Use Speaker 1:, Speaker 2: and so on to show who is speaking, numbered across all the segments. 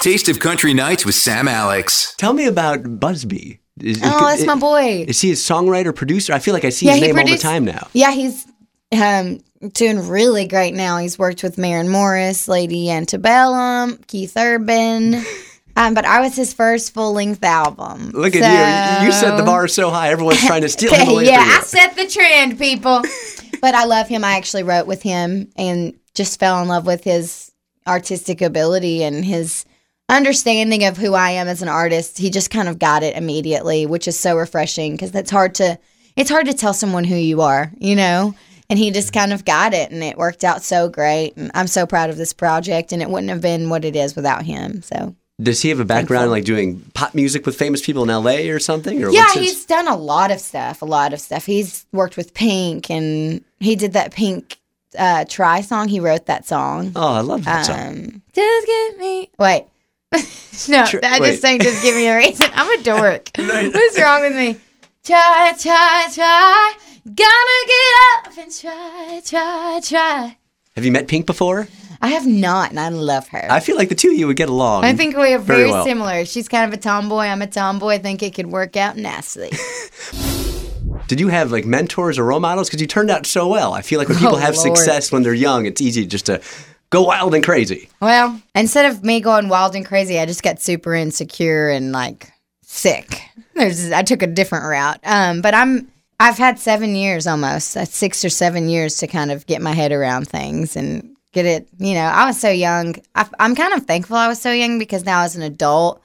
Speaker 1: Taste of Country Nights with Sam Alex.
Speaker 2: Tell me about Busby. Is,
Speaker 3: Oh, that's my boy.
Speaker 2: Is he a songwriter, producer? I feel like I see his name all the
Speaker 3: produced-
Speaker 2: time now.
Speaker 3: Yeah, he's um, doing really great now. He's worked with Maren Morris, Lady Antebellum, Keith Urban. Um, but I was his first full length album.
Speaker 2: Look at you. You set the
Speaker 3: So-
Speaker 2: bar so high, everyone's trying to steal him away
Speaker 3: yeah,
Speaker 2: from you.
Speaker 3: I set the trend, people. but I love him. I actually wrote with him and just fell in love with his artistic ability and his understanding of who I am as an artist. He just kind of got it immediately, which is so refreshing because that's hard to it's hard to tell someone who you are, you know? And he just kind of got it and it worked out so great. And I'm so proud of this project and it wouldn't have been what it is without him. So
Speaker 2: Does he have a background like doing pop music with famous people in LA or something? Or
Speaker 3: Yeah,
Speaker 2: what's his-
Speaker 3: he's done a lot of stuff. A lot of stuff. He's worked with Pink, and he did that Pink uh, "Try" song. He wrote that song.
Speaker 2: Oh, I love that song.
Speaker 3: Um, just give me wait. no,
Speaker 2: Tr-
Speaker 3: I
Speaker 2: wait.
Speaker 3: just sang. Just give me a reason. I'm a dork. What's wrong with me? Try, try, try. Gotta get up and try, try, try.
Speaker 2: Have you met Pink before?
Speaker 3: I have not, and I love her.
Speaker 2: I feel like the two of you would get along.
Speaker 3: I think we are
Speaker 2: Very
Speaker 3: very,
Speaker 2: well.
Speaker 3: similar. She's kind of a tomboy. I'm a tomboy. I think it could work out nicely.
Speaker 2: Did you have like mentors or role models? Because you turned out so well. I feel like when people
Speaker 3: Oh,
Speaker 2: have
Speaker 3: Lord.
Speaker 2: success when they're young, it's easy just to go wild and crazy.
Speaker 3: Well, instead of me going wild and crazy, I just got super insecure and like sick. There's, I took a different route. Um, but I'm, I've had seven years almost, uh, six or seven years to kind of get my head around things and get it. You know, I was so young. I, I'm kind of thankful I was so young because now as an adult,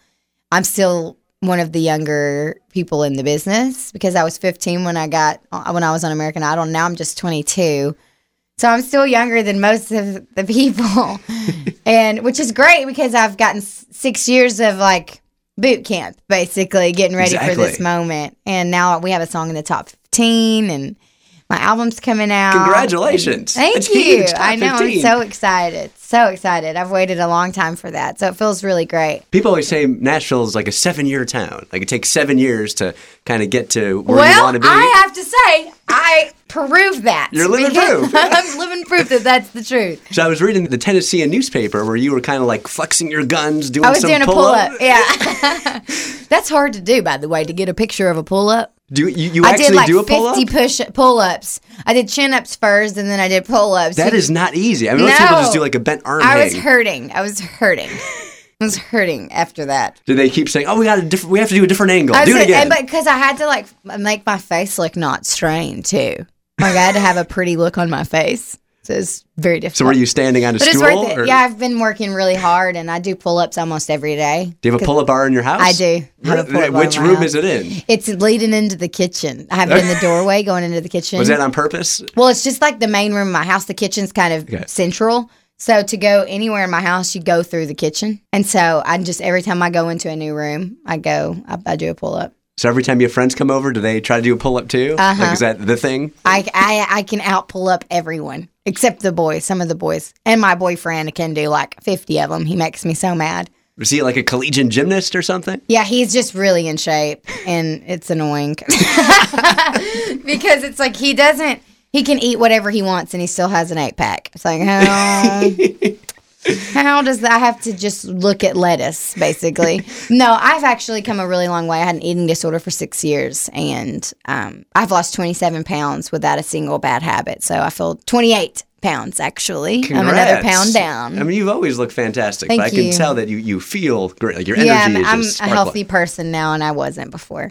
Speaker 3: I'm still one of the younger people in the business because I was 15 when I got uh, when I was on American Idol. Now I'm just 22. So I'm still younger than most of the people, and which is great because I've gotten s- six years of like boot camp, basically getting ready for this
Speaker 2: Exactly.
Speaker 3: moment. And now we have a song in the top 15, and my album's coming out.
Speaker 2: Congratulations.
Speaker 3: Um, Thank
Speaker 2: That's
Speaker 3: you.
Speaker 2: huge. Top
Speaker 3: I know.
Speaker 2: 15.
Speaker 3: I'm so excited. So excited. I've waited a long time for that, so it feels really great.
Speaker 2: People always say Nashville is like a seven year town. Like it takes seven years to kind of get to where you
Speaker 3: well,
Speaker 2: want to be.
Speaker 3: I have to say, I prove that.
Speaker 2: You're living
Speaker 3: because
Speaker 2: proof.
Speaker 3: I'm living proof that that's the truth.
Speaker 2: so I was reading the Tennessee newspaper where you were kind of like flexing your guns, doing
Speaker 3: I was
Speaker 2: some
Speaker 3: doing a
Speaker 2: pull
Speaker 3: pull up. Yeah. that's hard to do, by the way, to get a picture of a pull up.
Speaker 2: Do you, you
Speaker 3: I
Speaker 2: actually
Speaker 3: did like
Speaker 2: do a pull up?
Speaker 3: 50 push pull ups. I did chin ups first, and then I did pull ups.
Speaker 2: That is not easy. I mean, most people just
Speaker 3: No.
Speaker 2: do like a bent arm
Speaker 3: I was
Speaker 2: hang.
Speaker 3: hurting. I was hurting. I was hurting after that.
Speaker 2: Do they keep saying, "Oh, we got a different. We have to do a different angle.
Speaker 3: I
Speaker 2: do it
Speaker 3: was-
Speaker 2: again."
Speaker 3: and- But because I had to like f- make my face look not strained too. Like I had to have a pretty look on my face. So it's very difficult.
Speaker 2: so were you standing on a
Speaker 3: But it's
Speaker 2: stool?
Speaker 3: worth it.
Speaker 2: or-
Speaker 3: Yeah, I've been working really hard and I do pull ups almost every day.
Speaker 2: Do you have a pull-up bar in your house?
Speaker 3: I do. have a
Speaker 2: Wh-
Speaker 3: pull-up
Speaker 2: Which
Speaker 3: bar in my
Speaker 2: room
Speaker 3: house.
Speaker 2: is it in?
Speaker 3: It's leading into the kitchen. I have been in the doorway going into the kitchen.
Speaker 2: Was that on purpose?
Speaker 3: Well, it's just like the main room of my house. The kitchen's kind of
Speaker 2: Okay.
Speaker 3: central. So to go anywhere in my house, you go through the kitchen. And so I just, every time I go into a new room, I go, I, I do a pull up.
Speaker 2: So every time your friends come over, do they try to do a pull-up too?
Speaker 3: Uh-huh.
Speaker 2: Like, is that the thing?
Speaker 3: I, I I can out pull up everyone except the boys. Some of the boys and my boyfriend can do like fifty of them. He makes me so mad.
Speaker 2: Was he like a collegiate gymnast or something?
Speaker 3: Yeah, he's just really in shape, and it's annoying because it's like he doesn't. He can eat whatever he wants, and he still has an eight pack. It's like how how does that I have to just look at lettuce basically? no, I've actually come a really long way. I had an eating disorder for six years, and um, I've lost twenty seven pounds without a single bad habit. So I feel twenty eight pounds actually. I'm another
Speaker 2: Congrats.
Speaker 3: pound down.
Speaker 2: I mean, you've always looked fantastic.
Speaker 3: Thank
Speaker 2: but I can
Speaker 3: you.
Speaker 2: tell that you, you feel great. Like your energy
Speaker 3: yeah, I'm,
Speaker 2: is
Speaker 3: I'm
Speaker 2: just
Speaker 3: a
Speaker 2: sparkling.
Speaker 3: healthy person now, and I wasn't before.